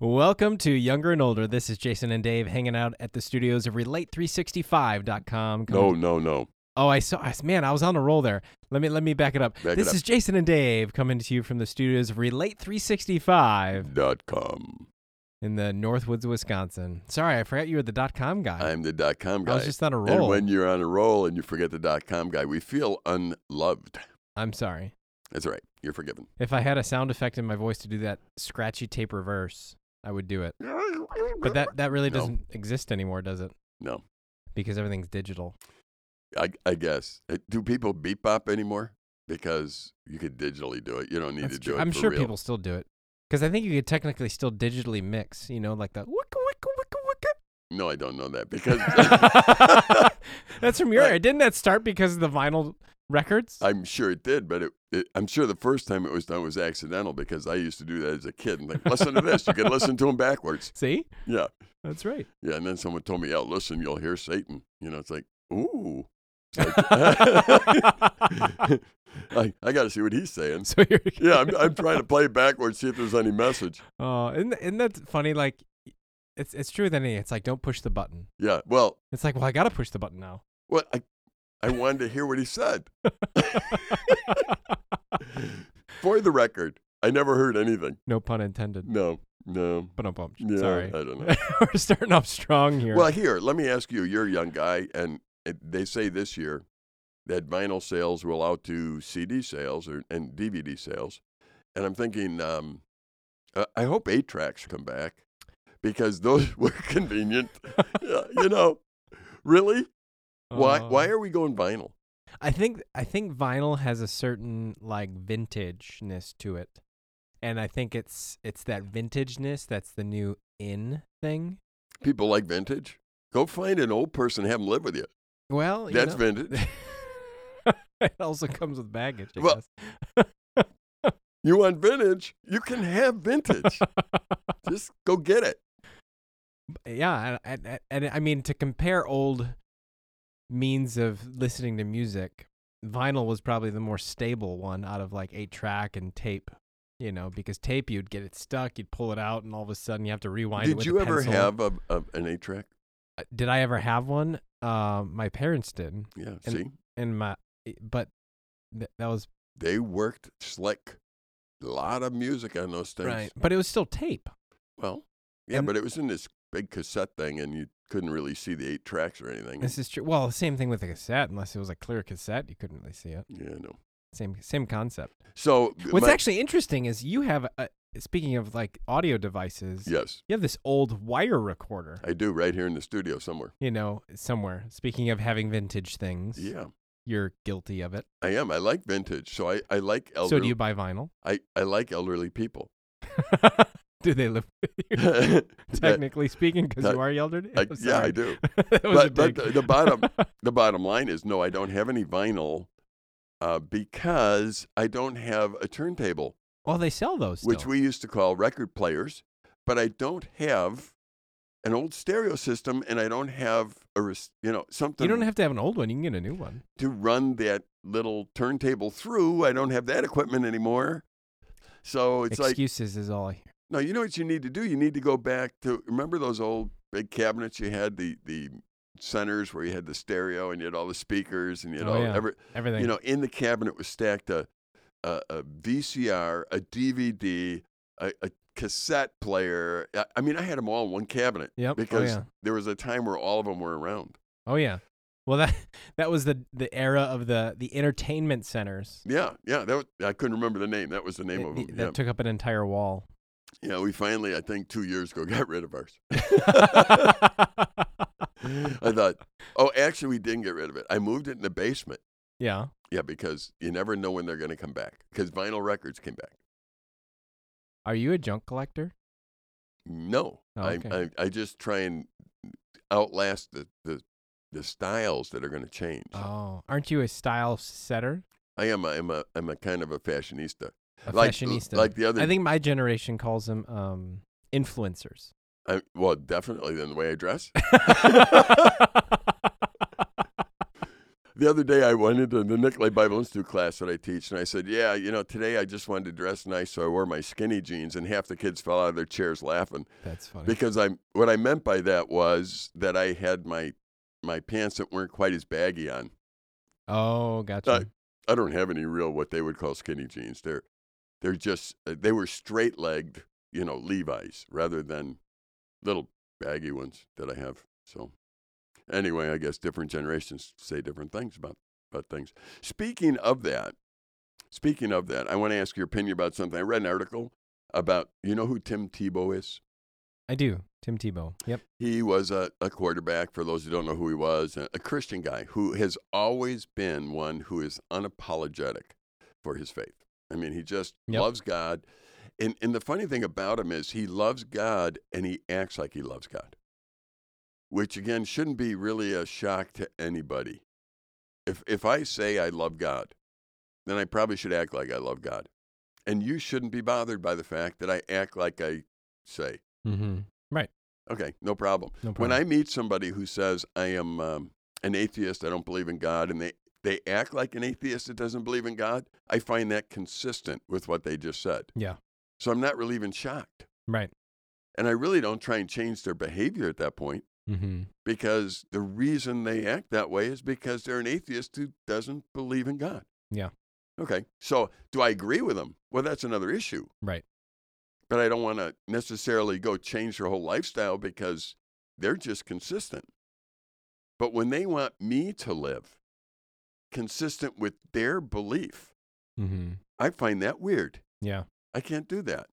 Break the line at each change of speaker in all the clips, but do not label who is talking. Welcome to Younger and Older. This is Jason and Dave hanging out at the studios of Relate365.com.
No, no, no.
Oh, I saw. I- Man, I was on a roll there. Let me let me back it up.
Back it
this
up.
is Jason and Dave coming to you from the studios of Relate365
Dot com.
in the Northwoods, Wisconsin. Sorry, I forgot you were the dot com guy.
I'm the dot com
I was
guy.
just on a roll.
And when you're on a roll and you forget the dot com guy, we feel unloved.
I'm sorry.
That's all right. You're forgiven.
If I had a sound effect in my voice to do that scratchy tape reverse, I would do it. But
But
that that really
No.
doesn't exist anymore, does it?
No,
Because everything's digital.
I, I guess. Uh, Do people beat bop anymore? Because you could digitally do it. You don't need
That's
to do
true.
it.
I'm
for
sure
real.
people still do it because I think you could technically still digitally mix. You know, like the wicka wicka wicka wicka.
No, I don't know that because
That's from your era. Didn't that start because of the vinyl records?
I'm sure it did, but it, it, I'm sure the first time it was done was accidental because I used to do that as a kid and like, listen to this. You could listen to them backwards.
See,
Yeah.
that's right.
Yeah, and then someone told me, "Yeah, listen, you'll hear Satan." You know, it's like, ooh, I, I got to see what he's saying.
so you're
Yeah, I'm, I'm trying to play it backwards, see if there's any message.
Oh, isn't, isn't that funny? Like, it's it's true with anything. It's like don't push the button.
Yeah, well,
It's like well, I gotta push the button now.
what I, I wanted to hear what he said. For the record, I never heard anything.
no pun intended.
No, no.
But bump.
Mm. Yeah,
Sorry,
I don't know.
we're starting off strong here.
Well, here, let me ask you. You're a young guy, and it, they say this year that vinyl sales will out to CD sales or, and DVD sales. And I'm thinking, um, uh, I hope eight tracks come back because those were convenient. Yeah, you know, really? Why?
Uh,
Why are we going vinyl?
I think I think vinyl has a certain like vintageness to it, and I think it's it's that vintageness that's the new in thing.
People like vintage. Go find an old person, have them live with you.
Well, you
That's
know,
vintage.
it also comes with baggage. I
Well,
guess.
You want vintage? You can have vintage. Just go get it.
yeah, and, and, and I mean to compare old means of listening to music, vinyl was probably the more stable one out of like eight track and tape. You know, because tape you'd get it stuck, you'd pull it out, and all of a sudden you have to rewind. it
Did
with
you
a
ever
pencil.
have a, a, an eight track?
Uh, Did I ever have one? Um, my parents did,
Yeah.
And-
see.
and my eh, but th- that was
they worked slick. A lot of music on those things.
right. But it was still tape.
Well, yeah,
And-
but it was in this big cassette thing, and you couldn't really see the eight tracks or anything.
This is true. Well, the same thing with a cassette, unless it was a clear cassette, you couldn't really see it.
yeah, no.
Same same concept.
So
What's
my-
actually interesting is you have a, speaking of like audio devices,
Yes,
you have this old wire recorder,
I do right here in the studio somewhere.
you know, somewhere. Speaking of having vintage things,
Yeah,
you're guilty of it.
I am. I like vintage, so I, I like elderly.
So do you buy vinyl?
I, I like elderly people.
do they live with you?
That-
Technically speaking, because
that-
you are elderly.
I- yeah, I do.
that was a
But-
dig.
but the- the bottom- The bottom line is no, I don't have any vinyl, uh, because I don't have a turntable.
well, they sell those.
which
still.
we used to call record players, but I don't have an old stereo system and I don't have a res- you know something
you don't have to have an old one. You can get a new one.
to run that little turntable through. I don't have that equipment anymore. So it's like
Excuses is all. I hear.
no, you know what you need to do? You need to go back to remember those old big cabinets you had the the centers where you had the stereo and you had all the speakers and you had
Oh,
all
yeah.
every,
Everything.
you know, in the cabinet was stacked a, a, a VCR, a DVD, a, a cassette player. I, I mean, I had them all in one cabinet
Yep.
because
oh yeah.
there was a time where all of them were around.
Oh yeah. Well, that that was the the era of the the entertainment centers.
Yeah, yeah. That was, I couldn't remember the name. That was the name
that-
of
that
them. Yeah.
took up an entire wall.
yeah, we finally, I think, two years ago, got rid of ours. I thought, oh, actually, we didn't get rid of it. I moved it in the basement.
yeah.
Yeah, because you never know when they're going to come back. Because vinyl records came back.
Are you a junk collector?
No,
Oh, okay.
I, I I just try and outlast the the, the styles that are going to change.
Oh, aren't you a style setter?
I am a, I'm a I'm a kind of a fashionista.
A
Like-
fashionista.
like the other-
I think my generation calls them um, influencers.
I, well, definitely than the way I dress. the other day I went into the Nicolai Bible Institute class that I teach, and I said, "Yeah, you know, today I just wanted to dress nice, so I wore my skinny jeans." And half the kids fell out of their chairs laughing
That's funny.
because I'm. What I meant by that was that I had my my pants that weren't quite as baggy on.
oh, gotcha.
Uh, I don't have any real what they would call skinny jeans. They're they're just uh, they were straight legged, you know, Levi's rather than little baggy ones that I have. So anyway, I guess different generations say different things about about things. Speaking of that, speaking of that, I want to ask your opinion about something. I read an article about you know who Tim Tebow is.
I do. Tim Tebow. Yep.
He was a, a quarterback, for those who don't know who he was, a, a Christian guy who has always been one who is unapologetic for his faith. I mean, he just
Yep.
loves God. And, and the funny thing about him is he loves God and he acts like he loves God, which again shouldn't be really a shock to anybody. If, if I say I love God, then I probably should act like I love God. And you shouldn't be bothered by the fact that I act like I say.
Mm-hmm.
Okay, no problem.
No
When
problem.
I meet somebody who says I am um, an atheist, I don't believe in God, and they they act like an atheist that doesn't believe in God, I find that consistent with what they just said.
yeah.
So I'm not really even shocked,
Right.
and I really don't try and change their behavior at that point
Mm-hmm.
because the reason they act that way is because they're an atheist who doesn't believe in God.
Yeah.
Okay. So do I agree with them? Well, that's another issue.
Right.
but I don't want to necessarily go change their whole lifestyle because they're just consistent. But when they want me to live consistent with their belief,
Mm-hmm.
I find that weird.
Yeah.
I can't do that.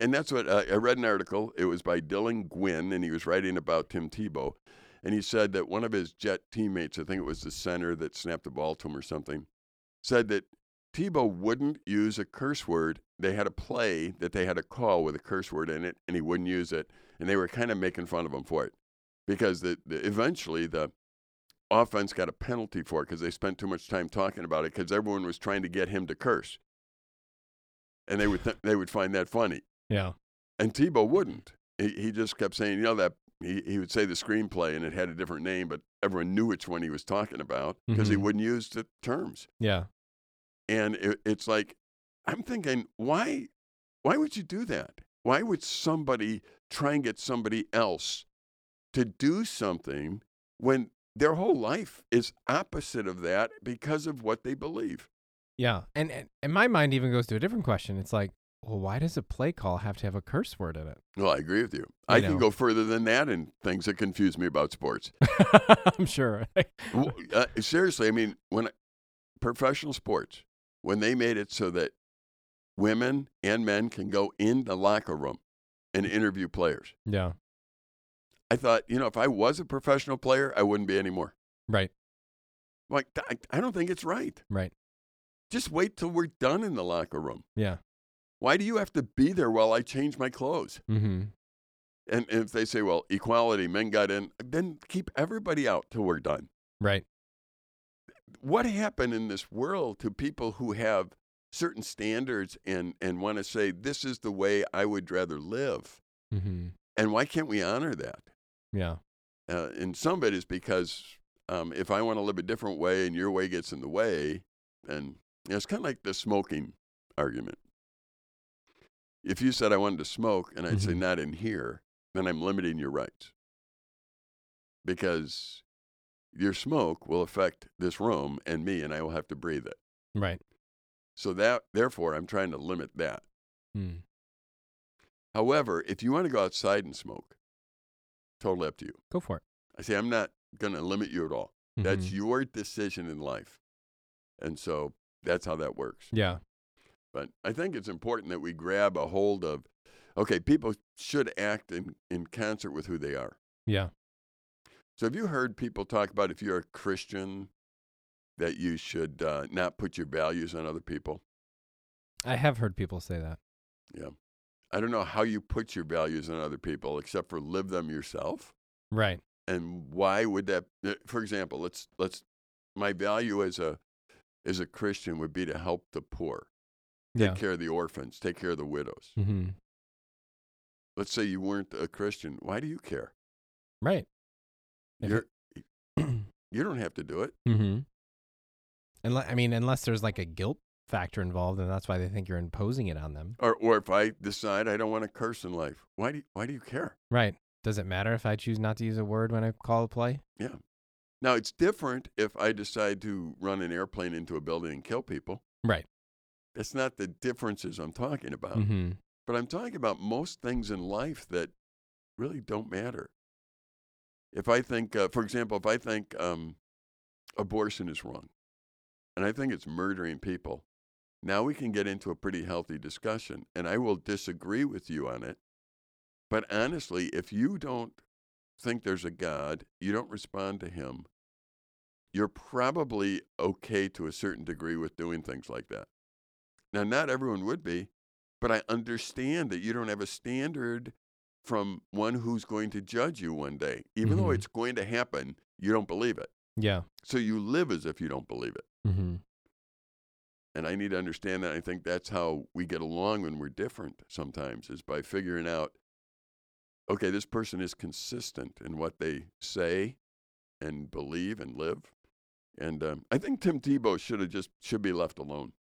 And that's what uh, I read an article. It was by Dylan Gwynn, and he was writing about Tim Tebow. And he said that one of his Jet teammates, I think it was the center that snapped the ball to him or something, said that Tebow wouldn't use a curse word. They had a play that they had a call with a curse word in it, and he wouldn't use it. And they were kind of making fun of him for it because the, the, eventually the offense got a penalty for it because they spent too much time talking about it because everyone was trying to get him to curse. And they would, th- they would find that funny.
Yeah.
And Tebow wouldn't. He, he just kept saying, you know, that he, he would say the screenplay and it had a different name, but everyone knew which one he was talking about because he
Mhm.
wouldn't use the terms.
Yeah.
And it, it's like, I'm thinking, why, why would you do that? Why would somebody try and get somebody else to do something when their whole life is opposite of that because of what they believe?
Yeah. And, and and my mind even goes to a different question. It's like, well, why does a play call have to have a curse word in it?
Well, I agree with you.
I
I, can
know.
go further than that in things that confuse me about sports.
I'm sure.
Well, uh, seriously, I mean, when professional sports, when they made it so that women and men can go in the locker room and interview players,
yeah.
I thought, you know, if I was a professional player, I wouldn't be anymore.
Right.
Like, th- I I don't think it's right.
Right.
Just wait till we're done in the locker room.
Yeah.
Why do you have to be there while I change my clothes?
Mm-hmm.
And, and if they say, well, equality, men got in, then keep everybody out till we're done.
Right.
what happened in this world to people who have certain standards and, and want to say, this is the way I would rather live?
Mm-hmm.
And why can't we honor that?
Yeah.
Uh, and some of it is because um, if I want to live a different way and your way gets in the way, then you know, it's kind of like the smoking argument. If you said I wanted to smoke and I'd say
Mhm.
not in here, then I'm limiting your rights because your smoke will affect this room and me, and I will have to breathe it.
Right.
So that therefore, I'm trying to limit that.
Mm.
However, if you want to go outside and smoke, totally up to you.
Go for it.
I say I'm not going to limit you at all. That's
Mhm.
your decision in life. And so that's how that works.
yeah.
But I think it's important that we grab a hold of okay, people should act in, in concert with who they are.
Yeah.
So have you heard people talk about if you're a Christian, that you should uh, not put your values on other people?
I have heard people say that.
I don't know how you put your values on other people except for live them yourself.
Right.
and why would that uh, for example let's let's my value as a as a christian would be to help the poor
Yeah.
take care of the orphans take care of the widows
Mm-hmm.
let's say you weren't a christian why do you care
Right. If
you're You don't have to do it.
Mm-hmm. Unless, I mean, unless there's like a guilt factor involved, and that's why they think you're imposing it on them.
Or, or if I decide I don't want to curse in life, why do you, why do you care?
Right. Does it matter if I choose not to use a word when I call a play?
Yeah. Now it's different if I decide to run an airplane into a building and kill people.
Right.
That's not the differences I'm talking about.
Mm-hmm.
But I'm talking about most things in life that really don't matter. If I think, uh, for example, if I think um, abortion is wrong, and I think it's murdering people, now we can get into a pretty healthy discussion. And I will disagree with you on it. But honestly, if you don't think there's a God, you don't respond to Him, you're probably okay to a certain degree with doing things like that. Now, not everyone would be, but I understand that you don't have a standard from one who's going to judge you one day. Even though
Mhm.
it's going to happen, you don't believe it.
Yeah.
So you live as if you don't believe it.
Mm-hmm.
And I need to understand that. I think that's how we get along when we're different sometimes, is by figuring out, okay, this person is consistent in what they say and believe and live. And um, I think Tim Tebow should have just should be left alone.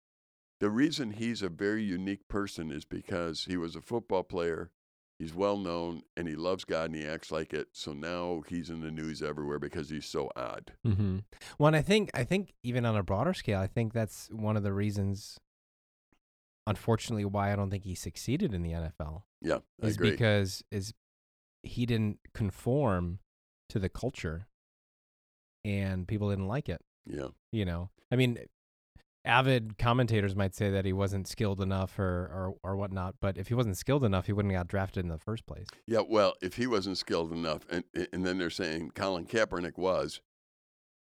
The reason he's a very unique person is because he was a football player. He's well known and he loves God and he acts like it. So now he's in the news everywhere because he's so odd.
Mm-hmm. Well, and I think I think even on a broader scale, I think that's one of the reasons, unfortunately, why I don't think he succeeded in the NFL
Yeah, I
is
agree.
because is he didn't conform to the culture, and people didn't like it.
yeah,
You know, I mean, avid commentators might say that he wasn't skilled enough or or, or whatnot, but if he wasn't skilled enough, he wouldn't have got drafted in the first place.
yeah. Well, if he wasn't skilled enough, and and then they're saying Colin Kaepernick was,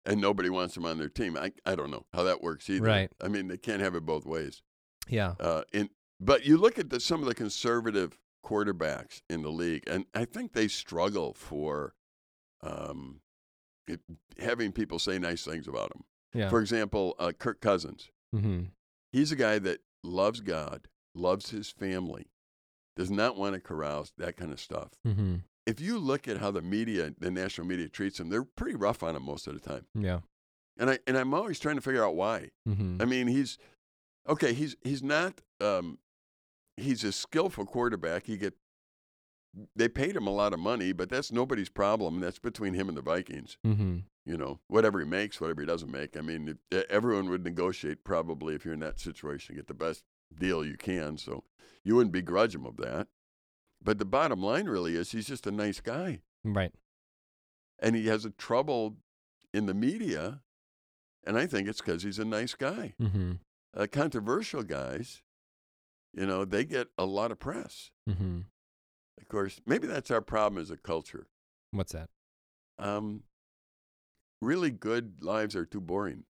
and nobody wants him on their team. I I don't know how that works either.
Right.
I mean, they can't have it both ways.
Yeah.
Uh, in, but you look at the, some of the conservative quarterbacks in the league, and I think they struggle for um, it, having people say nice things about them.
Yeah.
For example, uh, Kirk Cousins.
mm-hmm.
He's a guy that loves God, loves his family, does not want to carouse, that kind of stuff.
Mm-hmm.
If you look at how the media, the national media treats him, they're pretty rough on him most of the time.
Yeah.
And, I, and I'm always trying to figure out why.
Mm-hmm.
I mean, he's okay. He's he's not. Um, he's a skillful quarterback. He get they paid him a lot of money, but that's nobody's problem. That's between him and the Vikings.
Mm-hmm.
You know, whatever he makes, whatever he doesn't make. I mean, if, e, everyone would negotiate probably if you're in that situation, get the best deal you can. So you wouldn't begrudge him of that. But the bottom line really is he's just a nice guy
Right.
and he has a trouble in the media. And I think it's because he's a nice guy
Mm-hmm.
uh, controversial guys, you know, they get a lot of press.
Mm-hmm.
Of course, maybe that's our problem as a culture.
What's that?
Um, really good lives are too boring.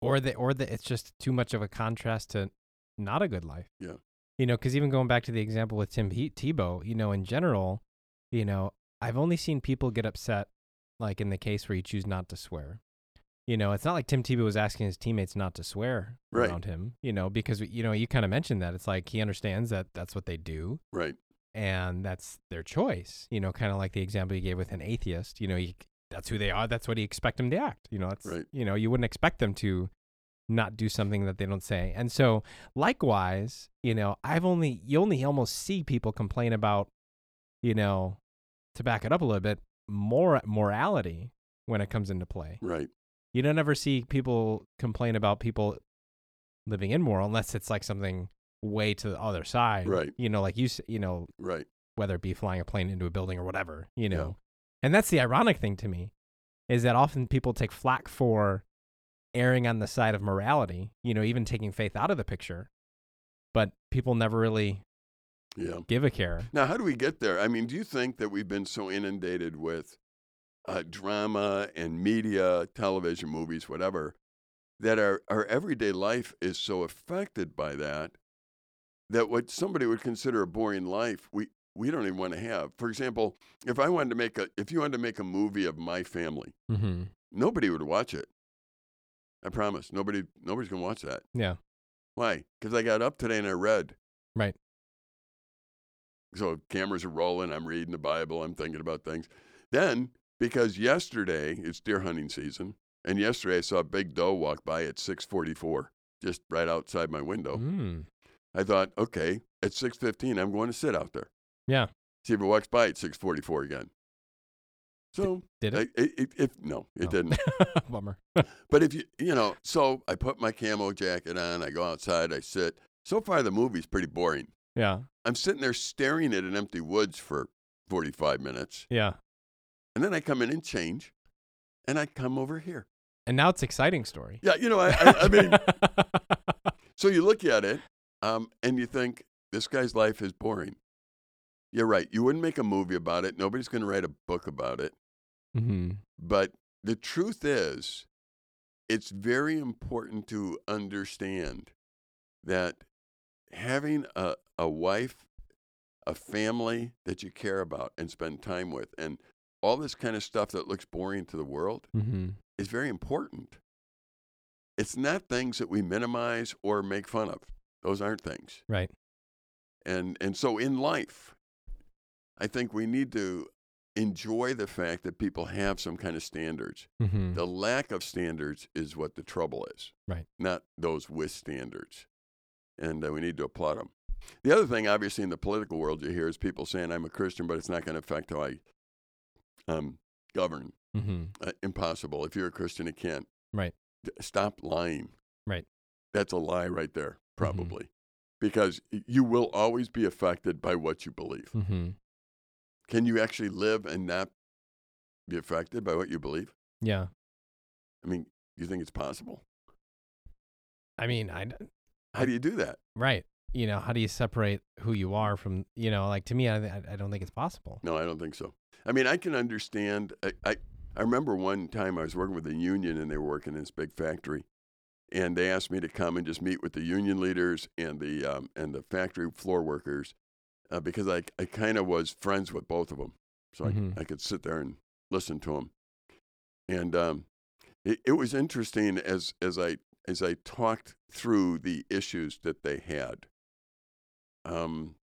Or the or the it's just too much of a contrast to not a good life.
Yeah.
You know, because even going back to the example with Tim he- Tebow, you know, in general, you know, I've only seen people get upset like in the case where you choose not to swear. You know, it's not like Tim Tebow was asking his teammates not to swear
Right.
around him. You know, because you know you kind of mentioned that it's like he understands that that's what they do.
Right.
and that's their choice. You know, kind of like the example you gave with an atheist. You know, you, that's who they are. That's what you expect them to act. You know, that's
Right.
you know, you wouldn't expect them to not do something that they don't say. And so, likewise, you know, I've only you only almost see people complain about, you know, to back it up a little bit, more morality when it comes into play.
Right.
You don't ever see people complain about people living immoral unless it's like something way to the other side.
Right.
You know, like you, s- you know,
Right.
whether it be flying a plane into a building or whatever, you
Yeah.
know. And that's the ironic thing to me is that often people take flack for erring on the side of morality, you know, even taking faith out of the picture. But people never really
Yeah.
give a care.
Now, how do we get there? I mean, do you think that we've been so inundated with uh, drama and media, television, movies, whatever, that our, our everyday life is so affected by that that what somebody would consider a boring life, we, we don't even want to have. For example, if I wanted to make a if you wanted to make a movie of my family,
Mm-hmm.
nobody would watch it. I promise. Nobody nobody's gonna watch that.
Yeah.
Why? Because I got up today and I read.
Right.
So cameras are rolling. I'm reading the Bible. I'm thinking about things. Then because yesterday it's deer hunting season, and yesterday I saw a big doe walk by at 6:44, just right outside my window.
Mm.
I thought, okay, at 6:15 I'm going to sit out there.
Yeah.
See if it walks by at 6:44 again. So
Did it?
I- it, it, it no, it
No.
didn't.
Bummer.
But if you you know, so I put my camo jacket on, I go outside, I sit. So far the movie's pretty boring.
Yeah.
I'm sitting there staring at an empty woods for 45 minutes.
Yeah.
And then I come in and change, and I come over here.
And now it's exciting story.
Yeah, you know, I, I, I mean, so you look at it um, and you think, this guy's life is boring. You're right. You wouldn't make a movie about it. Nobody's going to write a book about it.
hmm
But the truth is, it's very important to understand that having a, a wife, a family that you care about and spend time with, and all this kind of stuff that looks boring to the world
hmm
is very important. It's not things that we minimize or make fun of, those aren't things
Right.
and and so in life i think we need to enjoy the fact that people have some kind of standards
hmm
the lack of standards is what the trouble is
Right.
not those with standards and uh, we need to applaud them the other thing obviously in the political world you hear is people saying i'm a christian but it's not going to affect how i um, govern
hmm
uh, impossible if you're a christian it can't
Right.
D- stop lying
Right. Mm-hmm.
that's a lie right there probably because y- you will always be affected by what you believe
hmm
can you actually live and not be affected by what you believe?
Yeah.
I mean, do you think it's possible?
I mean, I d-
How do you do that?
right. You know, how do you separate who you are from you know? Like to me, I I I don't think it's possible.
No, I don't think so. I mean, I can understand. I, I, I remember one time I was working with a union and they were working in this big factory. And they asked me to come and just meet with the union leaders and the, um, and the factory floor workers uh, because I, I kind of was friends with both of them. So
Mhm.
I, I could sit there and listen to them. And um, it, it was interesting as, as, I, as I talked through the issues that they had. Um,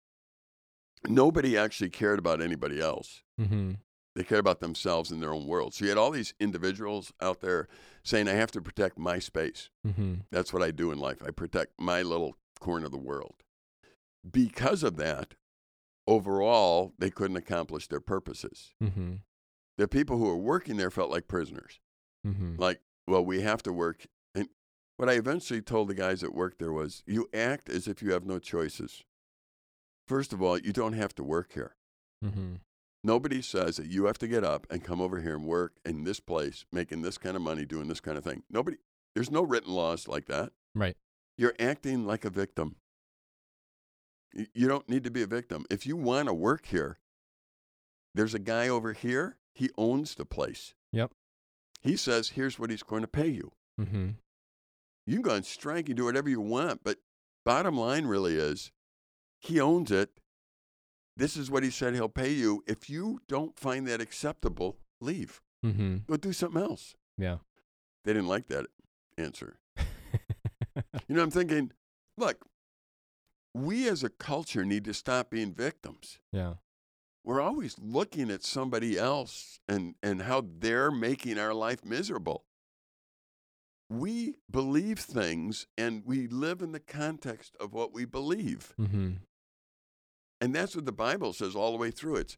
nobody actually cared about anybody else.
hmm
They cared about themselves and their own world. So you had all these individuals out there saying, I have to protect my space.
hmm
That's what I do in life. I protect my little corner of the world. Because of that, overall, they couldn't accomplish their purposes.
hmm
The people who were working there felt like prisoners.
hmm
Like, well, we have to work. And what I eventually told the guys that worked there was, you act as if you have no choices. First of all, you don't have to work here.
hmm
Nobody says that you have to get up and come over here and work in this place, making this kind of money, doing this kind of thing. Nobody, there's no written laws like that.
Right.
You're acting like a victim. Y- You don't need to be a victim. If you want to work here, there's a guy over here. He owns the place.
Yep.
He says, here's what he's going to pay you.
hmm
You can go on strike, you do whatever you want. But bottom line really is, he owns it. This is what he said he'll pay you. If you don't find that acceptable, leave.
hmm
Go do something else.
Yeah.
They didn't like that answer. You know, I'm thinking, look, we as a culture need to stop being victims.
yeah.
We're always looking at somebody else and, and how they're making our life miserable. We believe things and we live in the context of what we believe.
hmm
And that's what the Bible says all the way through. It's,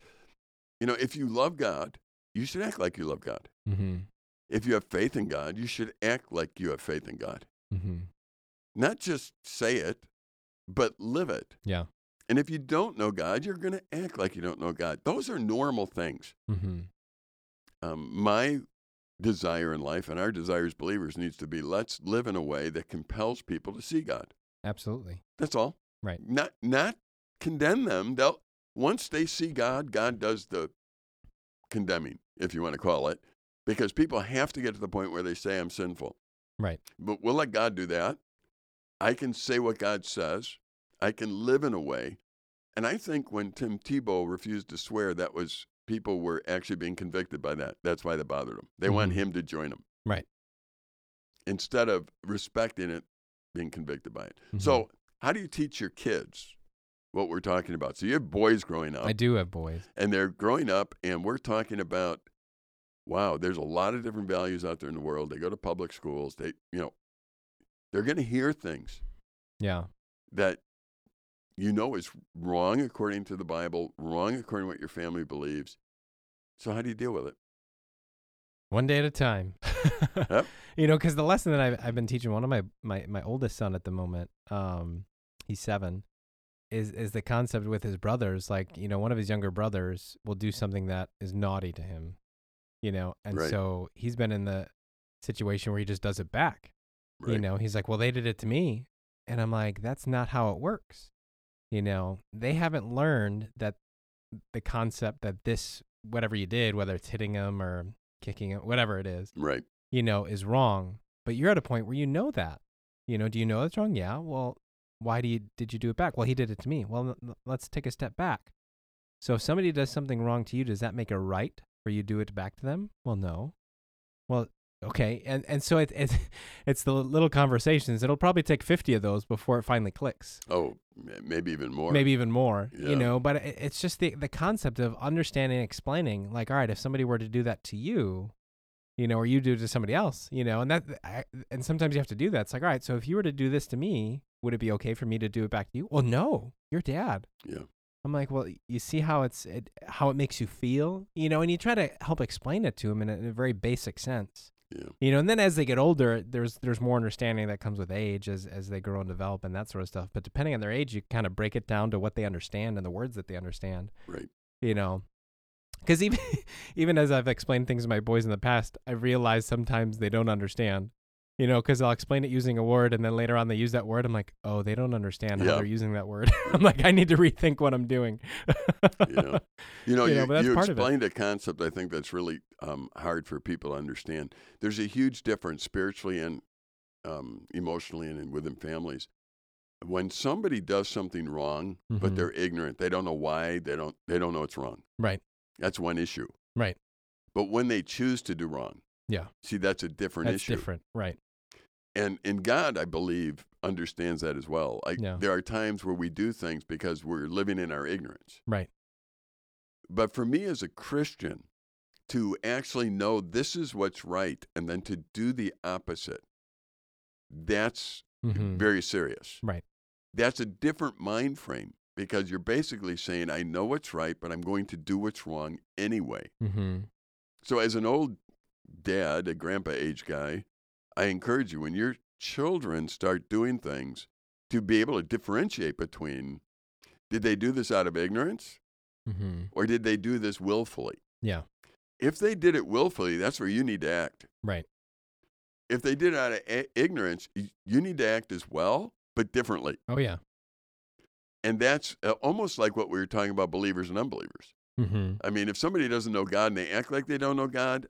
you know, if you love God, you should act like you love God.
hmm
If you have faith in God, you should act like you have faith in God.
hmm
Not just say it, but live it.
Yeah.
And if you don't know God, you're going to act like you don't know God. Those are normal things.
hmm
Um, my desire in life and our desire as believers needs to be let's live in a way that compels people to see God.
Absolutely.
That's all.
Right.
Not not condemn them. They'll once they see God, God does the condemning, if you want to call it, because people have to get to the point where they say I'm sinful.
Right.
But we'll let God do that. I can say what God says. I can live in a way. And I think when Tim Tebow refused to swear, that was people were actually being convicted by that. That's why they bothered him. They want
Mhm.
him to join them.
Right.
Instead of respecting it, being convicted by it. So,
Mm-hmm.
how do you teach your kids what we're talking um, about? So, you have boys growing up,
I do Mm-hmm. have boys.
and they're growing up, and we're talking about wow, there's a lot of different values out there in the world. They go to public schools. They, you know, they're going to hear things
Yeah.
that you know is wrong according to the Bible, wrong according to what your family believes. So how do you deal with it?
One day at a time.
Yep.
You know, because the lesson that I've, I've been teaching one of my, my, my oldest son at the moment, um, he's seven, is, is the concept with his brothers. Like, you know, one of his younger brothers will do something that is naughty to him, you know, and
Right.
so he's been in the situation where he just does it back.
Right.
You know, he's like, well, they did it to me. And I'm like, that's not how it works. You know, they haven't learned that the concept that this, whatever you did, whether it's hitting them or kicking them, whatever it is,
Right.
you know, is wrong. But you're at a point where you know that. You know, do you know that's wrong? Yeah. Well, why do you did you do it back? Well, he did it to me. Well, l- l- let's take a step back. So if somebody does something wrong to you, does that make it right for you to do it back to them? Well, no. Well, okay. And and so it, it it's the little conversations. It'll probably take 50 of those before it finally clicks
Oh, m- maybe even more.
maybe even more
Yeah.
you know but it, it's just the the concept of understanding and explaining like all right if somebody were to do that to you you know or you do it to somebody else you know and that I, and sometimes you have to do that it's like all right so if you were to do this to me would it be okay for me to do it back to you well no you're dad
Yeah.
i'm like well you see how it's it, how it makes you feel you know and you try to help explain it to them in a, in a very basic sense
Yeah.
you know and then as they get older there's there's more understanding that comes with age as as they grow and develop and that sort of stuff but depending on their age you kind of break it down to what they understand and the words that they understand
Right.
you know because even even as i've explained things to my boys in the past i've realized sometimes they don't understand you know because i'll explain it using a word and then later on they use that word i'm like oh they don't understand
Yeah.
how they're using that word i'm like i need to rethink what i'm doing
Yeah. You know,
You
you,
know, but that's
you
part of it.
explained a concept I think that's really um, hard for people to understand. There's a huge difference spiritually and um, emotionally and, in- within families. When somebody does something wrong, but
Mhm.
they're ignorant, they don't know why, they don't, they don't know it's wrong.
right
That's one issue.
right
But when they choose to do wrong,
Yeah.
see, that's a different
that's
issue.
different right
And, and God, I believe, understands that as well. Like,
Yeah.
There are times where we do things because we're living in our ignorance.
right
But for me as a Christian, to actually know this is what's right and then to do the opposite, that's
hmm
very serious.
right
That's a different mind frame because you're basically saying, I know what's right, but I'm going to do what's wrong anyway.
mm-hmm
So, as an old dad, a grandpa age guy, I encourage you when your children start doing things to be able to differentiate between did they do this out of ignorance
mm-hmm
or did they do this willfully?
yeah
If they did it willfully, that's where you need to act.
right
If they did it out of i- ignorance, y- you need to act as well, but differently.
Oh yeah.
And that's uh, almost like what we were talking about believers and unbelievers.
Mm-hmm.
I mean, if somebody doesn't know God and they act like they don't know God,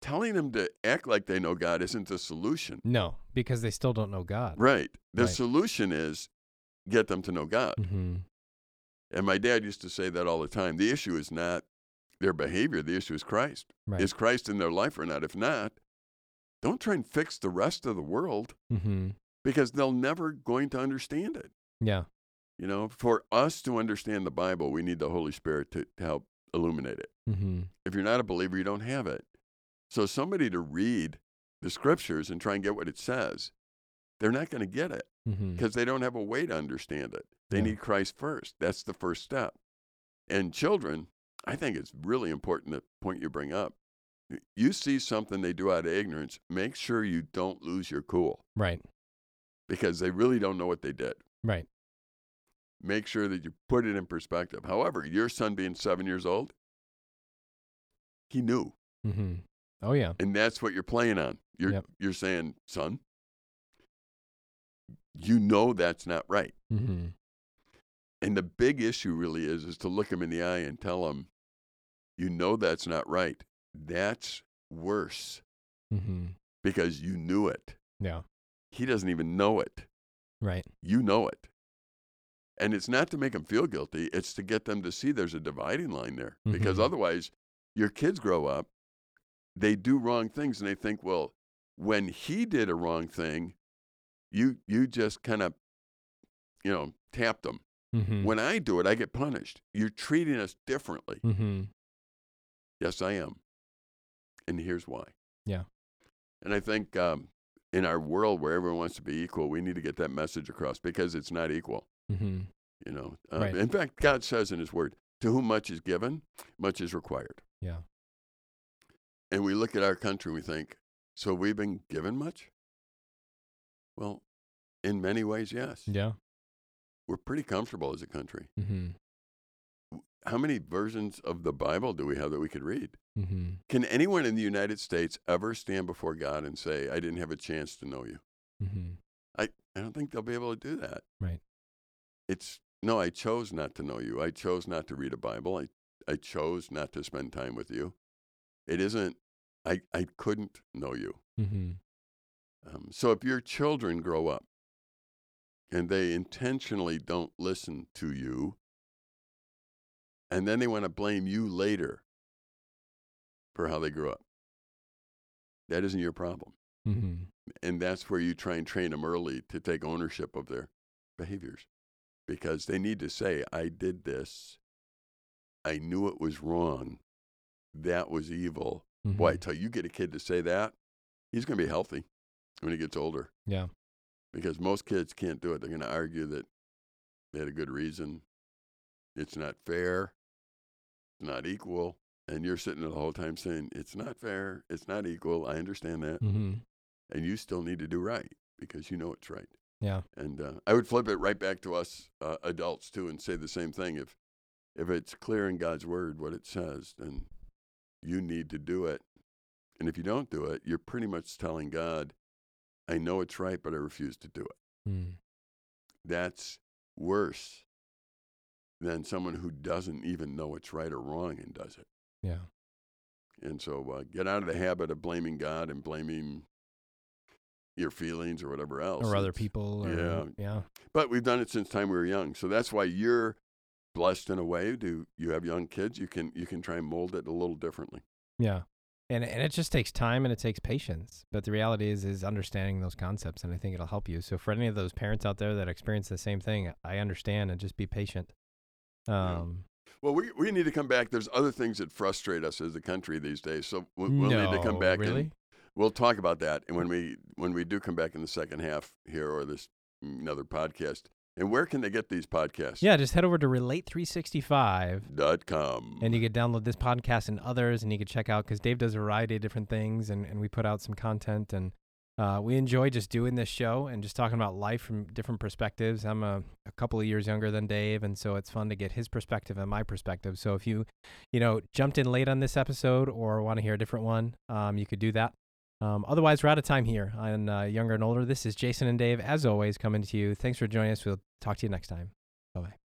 telling them to act like they know God isn't the solution.
No, because they still don't know God.
Right. The
Right.
solution is get them to know God.
Mm-hmm.
And my dad used to say that all the time. The issue is not their behavior, the issue is Christ.
Right.
Is Christ in their life or not? If not, don't try and fix the rest of the world.
mm-hmm.
because they'll never going to understand it.
Yeah.
You know, for us to understand the Bible, we need the Holy Spirit to, to help illuminate it.
Mm-hmm.
If you're not a believer, you don't have it. So somebody to read the scriptures and try and get what it says, they're not going to get it
Mm-hmm.
because they don't have a way to understand it. They
Yeah.
need Christ first. That's the first step. And children, I think it's really important the point you bring up. You see something they do out of ignorance, make sure you don't lose your cool
Right.
because they really don't know what they did.
Right.
make sure that you put it in perspective. However, your son being seven years old, he knew.
Mm-hmm. Oh yeah.
And that's what you're playing on. You're,
Yep.
you're saying, son, you know that's not right.
Mm-hmm.
And the big issue really is, is to look him in the eye and tell him, you know that's not right. That's worse
Mm-hmm.
because you knew it.
Yeah.
He doesn't even know it.
Right.
You know it. And it's not to make them feel guilty, it's to get them to see there's a dividing line there. Because
Mhm.
otherwise, your kids grow up, they do wrong things, and they think, well, when he did a wrong thing, you, you just kind of, you know, tapped them.
Mm-hmm.
When I do it, I get punished. You're treating us differently.
Mm-hmm.
Yes, I am. and here's why.
Yeah.
And I think um, in our world where everyone wants to be equal, we need to get that message across because it's not equal.
Mm-hmm.
You know, um,
Right.
in fact, God says in His Word, "To whom much is given, much is required."
Yeah.
And we look at our country and we think, "So we've been given much?" Well, in many ways, yes.
Yeah.
We're pretty comfortable as a country.
Mm-hmm.
How many versions of the Bible do we have that we could read?
Mm-hmm.
Can anyone in the United States ever stand before God and say, "I didn't have a chance to know you"?
Mm-hmm.
I, I don't think they'll be able to do that.
Right.
It's no, I chose not to know you. I chose not to read a Bible. I, I chose not to spend time with you. It isn't, I, I couldn't know you.
Mm-hmm.
Um, so if your children grow up and they intentionally don't listen to you, and then they want to blame you later for how they grew up, that isn't your problem.
Mm-hmm.
and that's where you try and train them early to take ownership of their behaviors because they need to say i did this i knew it was wrong that was evil
Mm-hmm.
boy till you get a kid to say that he's going to be healthy when he gets older
Yeah.
because most kids can't do it they're going to argue that they had a good reason it's not fair it's not equal and you're sitting there the whole time saying it's not fair it's not equal i understand that
Mm-hmm.
and you still need to do right because you know it's right.
Yeah.
And uh, I would flip it right back to us uh, adults too and say the same thing. If if it's clear in God's word what it says, then you need to do it. And if you don't do it, you're pretty much telling God, "I know it's right, but I refuse to do it."
Mm.
That's worse than someone who doesn't even know it's right or wrong and does it.
Yeah.
And so uh, get out of the habit of blaming God and blaming your feelings or whatever else.
Or other
It's-
people. Or,
yeah.
Yeah.
But we've done it since time we were young. So that's why you're blessed in a way. Do you have young kids? You can you can try and mold it a little differently.
Yeah. And and it just takes time and it takes patience. But the reality is is understanding those concepts and I think it'll help you. So for any of those parents out there that experience the same thing, I understand and just be patient.
Yeah.
Um
Well, we, we need to come back. There's other things that frustrate us as a country these days. So we, we'll need to come
no,
back.
Really?
And we'll talk about that. And when we when we do come back in the second half here or this another podcast. And where can they get these podcasts?
yeah, just head over to Relate three sixty five
Dot com.
and you could download this podcast and others and you could check out because Dave does a variety of different things and, and we put out some content and uh, we enjoy just doing this show and just talking about life from different perspectives. I'm a, a couple of years younger than Dave, and so it's fun to get his perspective and my perspective. So if you, you know, jumped in late on this episode or want to hear a different one, um, you could do that. Um, otherwise, we're out of time here on uh, Younger and Older. This is Jason and Dave, as always, coming to you. Thanks for joining us. We'll talk to you next time. Bye bye.